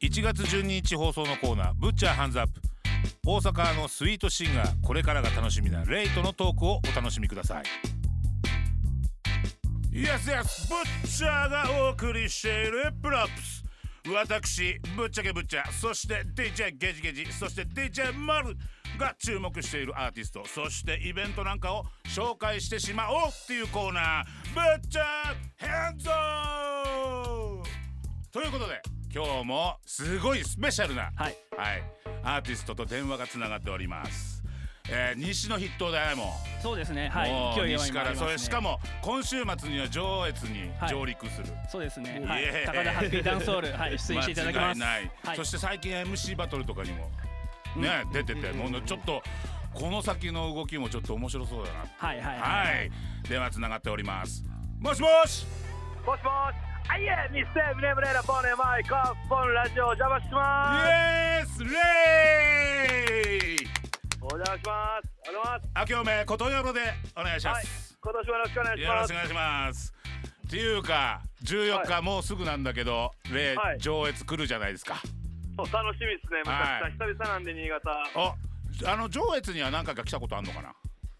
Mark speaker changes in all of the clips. Speaker 1: 1月12日放送のコーナー「ぶっちゃハンズアップ」大阪のスイートシンガーこれからが楽しみなレイとのトークをお楽しみくださいイエスイエスぶっちゃがお送りしている「プロアップス」私ぶっちゃけぶっちゃそして DJ ゲジゲジそして DJ マルが注目しているアーティストそしてイベントなんかを紹介してしまおうっていうコーナー「ぶっちゃヘンズオー!」ということで今日もすごいスペシャルな、
Speaker 2: はい
Speaker 1: はいアーティストと電話がつながっております。えー、西の筆頭だよも
Speaker 2: そうですね
Speaker 1: う、
Speaker 2: はい
Speaker 1: もう
Speaker 2: 勢いは
Speaker 1: 西
Speaker 2: 今
Speaker 1: か
Speaker 2: あ
Speaker 1: ら
Speaker 2: り
Speaker 1: そ
Speaker 2: ま
Speaker 1: れ
Speaker 2: す
Speaker 1: し
Speaker 2: ね
Speaker 1: かも今週末には上越に
Speaker 2: はい
Speaker 1: 上陸する、
Speaker 2: そうですね、は
Speaker 1: イエーイ
Speaker 2: い、高田ハッピーダンスホール、 はい、出演していただきます。
Speaker 1: 間違いない、
Speaker 2: はい
Speaker 1: そして最近 MC バトルとかにもね、出てて、もうちょっとこの先の動きもちょっと面白そうだな
Speaker 2: はいはい
Speaker 1: は、
Speaker 2: はい
Speaker 1: 電話つながっておりますもしもし
Speaker 3: もしもし、あいえ、ミステムネムネラポネマイカーポンラジオお邪魔し
Speaker 1: イ
Speaker 3: ます。
Speaker 1: エスレイ
Speaker 3: お邪魔します。お邪魔します。
Speaker 1: 明けおめことよろでお願いしま
Speaker 3: はい
Speaker 1: す、、
Speaker 3: 今年もよろしくお願いし
Speaker 1: よろ
Speaker 3: ま
Speaker 1: しく
Speaker 3: す
Speaker 1: お。願いしますっていうか14日、
Speaker 3: は
Speaker 1: もうすぐなんだけどレイ、
Speaker 3: はい
Speaker 1: 上越来るじゃないですか
Speaker 3: そう楽しみですね。めちゃくちゃ久々なんで新潟。
Speaker 1: ああの上越には何回か来たことあんのかな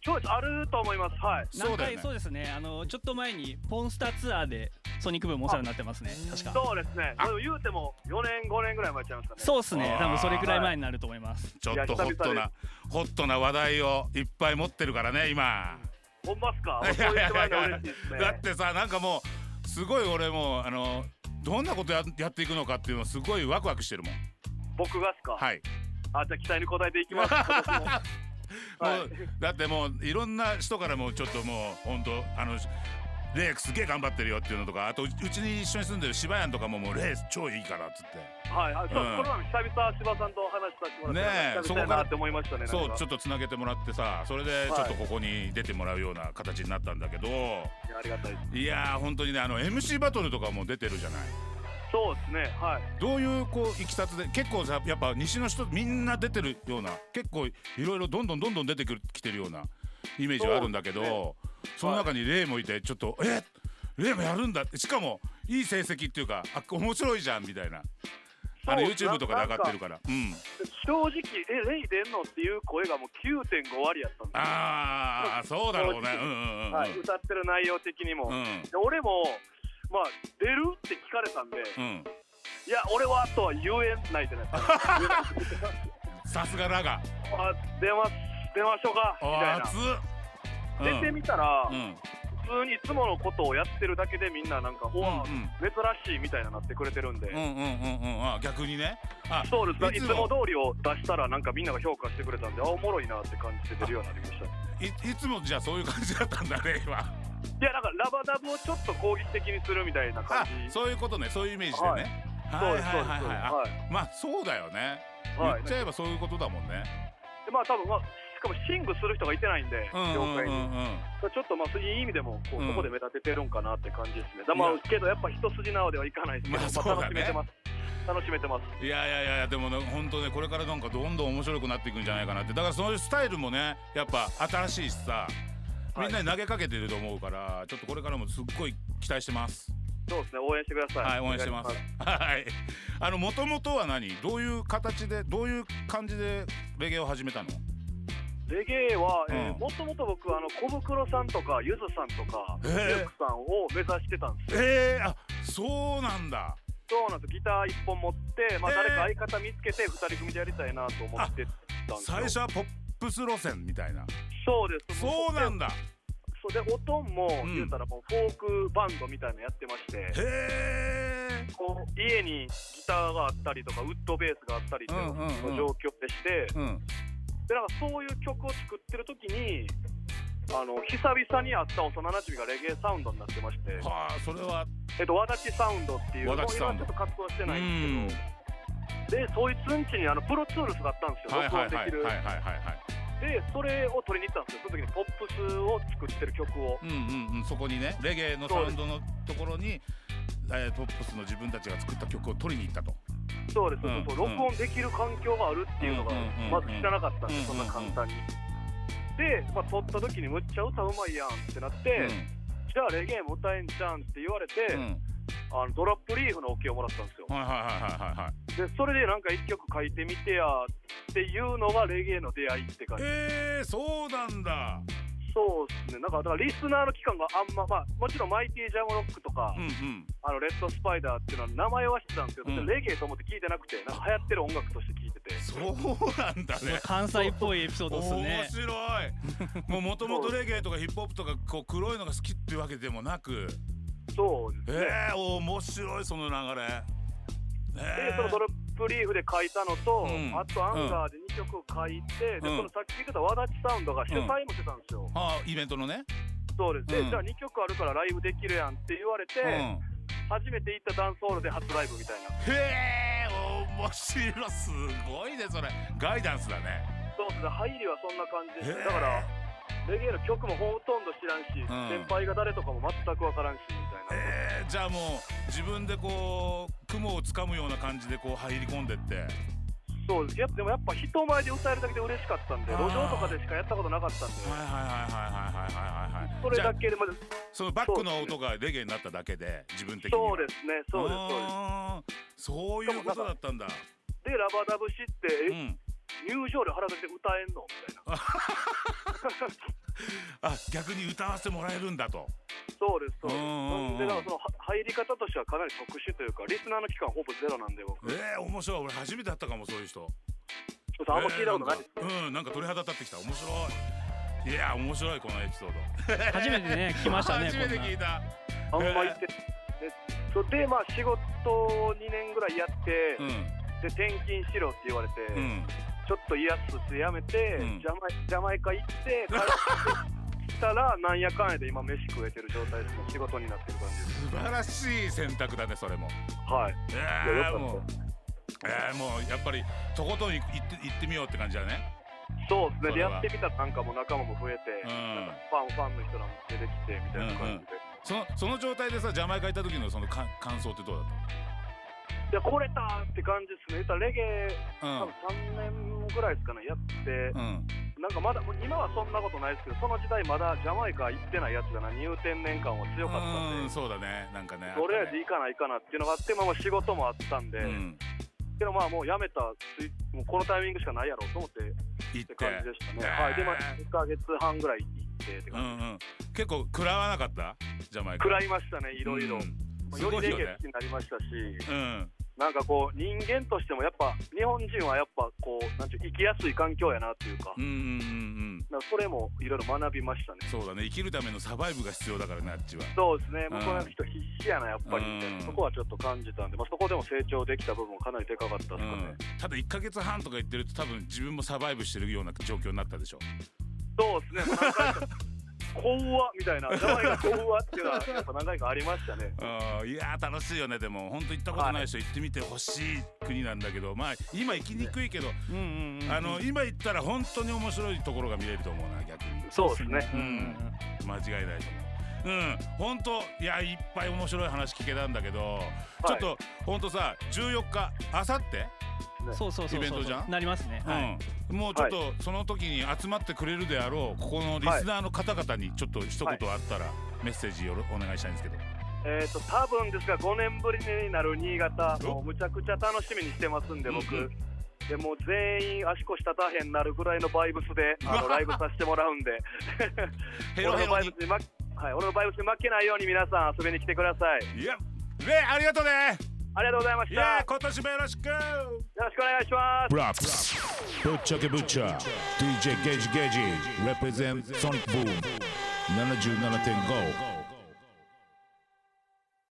Speaker 3: 超あると思います。はい。
Speaker 2: い。
Speaker 1: そう
Speaker 2: 何
Speaker 1: だよ
Speaker 2: 回
Speaker 1: ね
Speaker 2: そうですね、あのちょっと前にポンスターツアーでソニック部もお世話になってますね、確か。
Speaker 3: そうですね。
Speaker 1: あ
Speaker 3: でも言うても4年5年ぐらい前ちゃいましたね。
Speaker 2: そうですね
Speaker 1: あ、ー
Speaker 2: 多分それくらい前になると思います。
Speaker 1: ちょっと
Speaker 3: い
Speaker 1: ホ
Speaker 3: や
Speaker 1: ット
Speaker 3: 久々
Speaker 1: な
Speaker 3: で
Speaker 1: ホットな話題をいっぱい持ってるからね今
Speaker 3: ほんまっすか。
Speaker 1: い
Speaker 3: そう言ってもらえたら
Speaker 1: やいや
Speaker 3: 嬉しいです ね。
Speaker 1: だってさなんかもうすごい俺もうあのどんなことややっていくのかっていうのすごいワクワクしてるもん
Speaker 3: 僕がっすか。
Speaker 1: はい
Speaker 3: あ、じゃあ期待に応えていきます。今年も はい
Speaker 1: もうだってもういろんな人からもうちょっともう本当あのレイクすげえ頑張ってるよっていうのとかあとうちに一緒に住んでる柴谷とかももうレイ超いいからっつって
Speaker 3: はい。あ、そう
Speaker 1: うん
Speaker 3: この前も久々柴さんと話させても
Speaker 1: ね
Speaker 3: ら
Speaker 1: え
Speaker 3: って、久々やなって思いましたね。
Speaker 1: そう
Speaker 3: なん
Speaker 1: ち
Speaker 3: か
Speaker 1: ょっとつなげてもらってさそれでちょっとここに出てもらうような形になったんだけど、
Speaker 3: いやありがたいです。
Speaker 1: い、やー本当にねあの MC バトルとかも出てるじゃない
Speaker 3: そうですね。はい。
Speaker 1: どういうこういきさつで結構さやっぱ西の人みんな出てるような結構いろいろどんどんどんどん出てくるきてるようなイメージがあるんだけどそ,、の中にレイもいてちょっと「えレイもやるんだ」しかもいい成績っていうかあ面白いじゃんみたいなあれ
Speaker 3: そう
Speaker 1: YouTube とかで上がってる
Speaker 3: な
Speaker 1: からうん
Speaker 3: 正直えレイ出んのっていう声がもう9.5割やったんですよ
Speaker 1: ああそうだろうねうんうんうんうん
Speaker 3: はい、歌ってる内容的にも、
Speaker 1: うん
Speaker 3: で俺もまあ出るって聞かれたんで、
Speaker 1: うん
Speaker 3: いや俺はとは言えないじゃないで すか
Speaker 1: さすがラガ
Speaker 3: あ出ます出ましょうかみた
Speaker 1: あ
Speaker 3: い
Speaker 1: ー熱っ、
Speaker 3: な
Speaker 1: うん、
Speaker 3: 出てみたら、
Speaker 1: うん
Speaker 3: 普通にいつものことをやってるだけでみんななんか、おわ
Speaker 1: うんうん
Speaker 3: 珍しいみたいななってくれてるんで、
Speaker 1: うんうんうんうんあ逆にねあ
Speaker 3: そうですい
Speaker 1: い
Speaker 3: つ
Speaker 1: つ
Speaker 3: も
Speaker 1: も
Speaker 3: 通りを出したらなんかみんなが評価してくれたんであおもろいなって感じて出るようになりました
Speaker 1: いいつもじゃあそういう感じだったんだね 今
Speaker 3: いやなんかラバダブをちょっと攻撃的にするみたいな感
Speaker 1: あ
Speaker 3: じ
Speaker 1: そういうことねそういうイメージでね、はい、
Speaker 3: そう
Speaker 1: は
Speaker 3: で
Speaker 1: い
Speaker 3: す
Speaker 1: はいはい
Speaker 3: そうです
Speaker 1: あ
Speaker 3: はい
Speaker 1: まあそうだよね、
Speaker 3: は
Speaker 1: 言
Speaker 3: い
Speaker 1: っちゃえばそういうことだもんね
Speaker 3: でまあ多分まあしかもシングする人がいてないんで、
Speaker 1: うんうん
Speaker 3: 業界
Speaker 1: う
Speaker 3: に
Speaker 1: んうん
Speaker 3: ちょっとまあそういう意味でもこう、
Speaker 1: うん
Speaker 3: そこで目立ててるんかなって感じですねだまあけどやっぱ一筋縄ではいかないですけど、
Speaker 1: まあそうだ
Speaker 3: 楽し
Speaker 1: ね
Speaker 3: めてます楽しめてます
Speaker 1: いやいやいやいやでもね本当ねこれからなんかどんどん面白くなっていくんじゃないかなってだからそういうスタイルもねやっぱ新しいしさみんなに投げかけてると思うから、ちょっとこれからもすっごい期待してます
Speaker 3: そうですね応援してくださ
Speaker 1: はい
Speaker 3: い、
Speaker 1: 応援してます
Speaker 3: お願いし
Speaker 1: はいあのもともとは何どういう形でどういう感じでレゲエを始めたの
Speaker 3: ますレゲエは、え
Speaker 1: うん
Speaker 3: もともと僕あの小袋さんとかゆずさんとか
Speaker 1: へ
Speaker 3: ミ
Speaker 1: え
Speaker 3: ルクさんを目指してたんですよ
Speaker 1: ええあそうなんだ
Speaker 3: そうなんですギター一本持って、まあ、
Speaker 1: へえ
Speaker 3: 誰か相方見つけて二人組でやりたいなと思ってたんですよ
Speaker 1: 最初はポップス路線みたいな
Speaker 3: そうです
Speaker 1: そうなんだ
Speaker 3: そうで音も
Speaker 1: うん
Speaker 3: 言うたらもうフォークバンドみたいなのやってまして、
Speaker 1: へ
Speaker 3: こう家にギターがあったりとかウッドベースがあったりっていう
Speaker 1: うんうんうん
Speaker 3: 状況でして、
Speaker 1: えうん
Speaker 3: でなんかそういう曲を作ってる時にあの久々に会った幼なじみがレゲエサウンドになってまして、
Speaker 1: はあそれは
Speaker 3: えっと、和立サウンドっていう
Speaker 1: 和立サウンド
Speaker 3: もう今ちょっと活動して
Speaker 1: う
Speaker 3: ないんですけど、レでそいつんちにあのプロツールスがあったんですよ
Speaker 1: はい
Speaker 3: 録
Speaker 1: はいは
Speaker 3: 音
Speaker 1: い
Speaker 3: で
Speaker 1: はい
Speaker 3: きる、
Speaker 1: はいはい
Speaker 3: でそれを取りに行ったんですよその時にポップスを作ってる曲を
Speaker 1: うんうんうんそこにねレゲエのサウンドのところに、えーポップスの自分たちが作った曲を取りに行ったと
Speaker 3: そうです、
Speaker 1: うん
Speaker 3: そう録音できる環境があるっていうのが
Speaker 1: うんうんうんうん
Speaker 3: まず知らなかったんで、
Speaker 1: うん
Speaker 3: そんな簡単に。で、まあ、撮った時にむっちゃ歌うまいやんってなって、じゃあレゲエも歌えんじゃんって言われて、
Speaker 1: うん、うん、
Speaker 3: あのドラップリーフのオ、ケをもらったんですよ
Speaker 1: はいはいはいはいはいはい
Speaker 3: でそれでなんか一曲書いてみてやっていうのがレゲエの出会いって感じ
Speaker 1: えー、そうなんだ
Speaker 3: そうですねなんかだからリスナーの期間があんままあもちろんマイティジャムロックとか、
Speaker 1: うんうん
Speaker 3: あのレッドスパイダーっていうのは名前は知ってたんですけ
Speaker 1: う
Speaker 3: ど、
Speaker 1: ん
Speaker 3: レゲエと思って聞いてなくてなんか流行ってる音楽として聞いてて
Speaker 1: そうなんだね
Speaker 2: 関西っぽいエピソードです
Speaker 1: 面
Speaker 2: ね
Speaker 1: 白いもうもともとレゲエとかヒップホップとかこう黒いのが好きっていうわけでもなく
Speaker 3: そうですね、
Speaker 1: えー、面白いその流れ
Speaker 3: で
Speaker 1: え
Speaker 3: そのドラップリーフで書いたのと、
Speaker 1: うん
Speaker 3: あとアンガーで2曲書いて、で
Speaker 1: うん
Speaker 3: そのさっき言ってた和田サウンドが主催もしてたんですよ、
Speaker 1: あーイベントのね、
Speaker 3: そうです、で
Speaker 1: うん
Speaker 3: じゃあ2曲あるからライブできるやんって言われて、
Speaker 1: うん
Speaker 3: 初めて行ったダンスホールで初ライブみたいな
Speaker 1: へえ面白いすごいねそれガイダンスだね
Speaker 3: そうですね入りはそんな感じです
Speaker 1: へえ
Speaker 3: だからレゲエの曲もほとんど知らんし、
Speaker 1: ん
Speaker 3: 先輩が誰とかも全く分からんしみたいな、
Speaker 1: えー、じゃあもう自分でこう雲をつかむような感じでこう入り込んでって
Speaker 3: そうですやっぱでもやっぱ人前で歌えるだけで嬉しかったんで
Speaker 1: あー
Speaker 3: 路上とかでしかやったことなかったんで
Speaker 1: はいはいはいはいはいはいはいはい
Speaker 3: それ
Speaker 1: じゃ
Speaker 3: だ
Speaker 1: あ
Speaker 3: けでまず
Speaker 1: そのバックの音がレゲエになっただけで自分的には
Speaker 3: そうですねそうですそうです
Speaker 1: あーそういうことだったんだ
Speaker 3: でラバダブシっ
Speaker 1: う
Speaker 3: て、え
Speaker 1: ん
Speaker 3: 入場料払って歌えんのみたいな
Speaker 1: あ逆に歌わせてもらえるんだと
Speaker 3: そうですそうです
Speaker 1: うんうんうん
Speaker 3: ほんでだからそのは入り方としてはかなり特殊というかリスナーの期間ほぼゼロなんで僕ちょ
Speaker 1: えー、面白い俺初めて会ったかもそういう人
Speaker 3: っとあんま聞いたことないです、
Speaker 1: えーなんかうんなんか鳥肌立ってきた面白いいや面白いこのエピソード
Speaker 2: 初めてね来ましたね
Speaker 1: 初めて聞いた
Speaker 3: あんま行って、でそれでまあ仕事を2年ぐらいやって、
Speaker 1: うん
Speaker 3: で転勤しろって言われて、
Speaker 1: うん
Speaker 3: ちょっとイラッとしてやめて、
Speaker 1: うん
Speaker 3: ジャマイジャマイカ 行って帰ってきたらなんやかんやで今飯食えてる状態ですね仕事になってる感じです
Speaker 1: 素晴らしい選択だねそれも
Speaker 3: はい
Speaker 1: え
Speaker 3: いや
Speaker 1: ー、
Speaker 3: よかった
Speaker 1: もうえー、もうやっぱりとことん行く行って行ってみようって感じだね
Speaker 3: そうですね
Speaker 1: そ
Speaker 3: で
Speaker 1: れ
Speaker 3: や
Speaker 1: は
Speaker 3: ってみたらなんかもう仲間も増えて、
Speaker 1: うん
Speaker 3: なんかファンファンの人らも出てきてみたいな感じで、
Speaker 1: そのその状態でさジャマイカ行った時のそのか感想ってどうだっ
Speaker 3: でこれたって感じですね言ったらレゲエ
Speaker 1: た
Speaker 3: 多分3年ぐらいですかねやって
Speaker 1: う、んうん
Speaker 3: なんかまだもう今はそんなことないですけどその時代まだジャマイカ行ってないやつがな入店年間は強かった
Speaker 1: うん
Speaker 3: んで
Speaker 1: そうだねなんかね
Speaker 3: とりあえず行かないかなっていうのがあって、まあ、まあ仕事もあったん
Speaker 1: う
Speaker 3: で、
Speaker 1: ん
Speaker 3: けどまあもう辞めたついもうこのタイミングしかないやろうと思ってっ
Speaker 1: 行ってて
Speaker 3: 感じでしたね、
Speaker 1: ね
Speaker 3: はい、でまあ1ヶ月半ぐらい行ってって
Speaker 1: う
Speaker 3: 感
Speaker 1: ん
Speaker 3: じ、
Speaker 1: うん結構食らわなかったジャマイカ
Speaker 3: 食らいましたねいろいろ、
Speaker 1: うん
Speaker 3: まあ
Speaker 1: す
Speaker 3: よ
Speaker 1: ご
Speaker 3: り
Speaker 1: いよ
Speaker 3: レゲエ
Speaker 1: ね
Speaker 3: 好きになりましたし、
Speaker 1: うん
Speaker 3: なんかこう人間としてもやっぱ日本人はやっぱこうなんていう生きやすい環境やなっていうか,、
Speaker 1: うんうんうん
Speaker 3: なんかそれもいろいろ学びましたね
Speaker 1: うんそうだね生きるためのサバイブが必要だからねあっちは
Speaker 3: そうですね、向こう
Speaker 1: うん
Speaker 3: の人必死やな、やっぱりみたいな、
Speaker 1: うん
Speaker 3: そこはちょっと感じたんで、まあ、そこでも成長できた部分、かなりでかかったですかね、
Speaker 1: うんただ1か月半とか言ってると多分自分もサバイブしてるような状況になったでしょ
Speaker 3: そうですね、何回か、怖っみたいな、名前が怖っっていうのは、やっぱ何回かありましたね、
Speaker 1: うんいやー楽しいよねでも本当行ったことない人行ってみてほしい国なんだけどまあ今行きにくいけど、
Speaker 2: うんうんうん
Speaker 1: あの今行ったら本当に面白いところが見れると思うな逆に
Speaker 3: そうですね、
Speaker 2: うん
Speaker 1: うん間違いないと思う。うん、本当いやいっぱい面白い話聞けたんだけど、 ちょっと本当さ14日あさって
Speaker 2: うんそうそうそうそう
Speaker 1: イベントじゃん
Speaker 2: なりますね、はい
Speaker 1: うん、もうちょっと、その時に集まってくれるであろうここのリスナーの方々にちょっと一言あったら、メッセージよろお願いしたいんですけど
Speaker 3: えっ、と、多分ですが、5年ぶりになる新潟、もうむちゃくちゃ楽しみにしてますんで、僕。
Speaker 1: うんうん
Speaker 3: でもう全員足腰立たへんなるぐらいのバイブス であのライブさせてもらうんで
Speaker 1: ヘロヘロ
Speaker 3: 俺のバイ
Speaker 1: に
Speaker 3: ブスに負けはい、俺のバイブスに負けないように皆さん遊びに来てください
Speaker 1: いやレイありがとうね
Speaker 3: ありがとうございまし
Speaker 1: い
Speaker 3: たよ
Speaker 1: や今年もよろしく
Speaker 3: ろしくお願いします
Speaker 4: Props. Butcher ke Butcher. DJ Gage Gage. Represent Sonic Boom. 77.5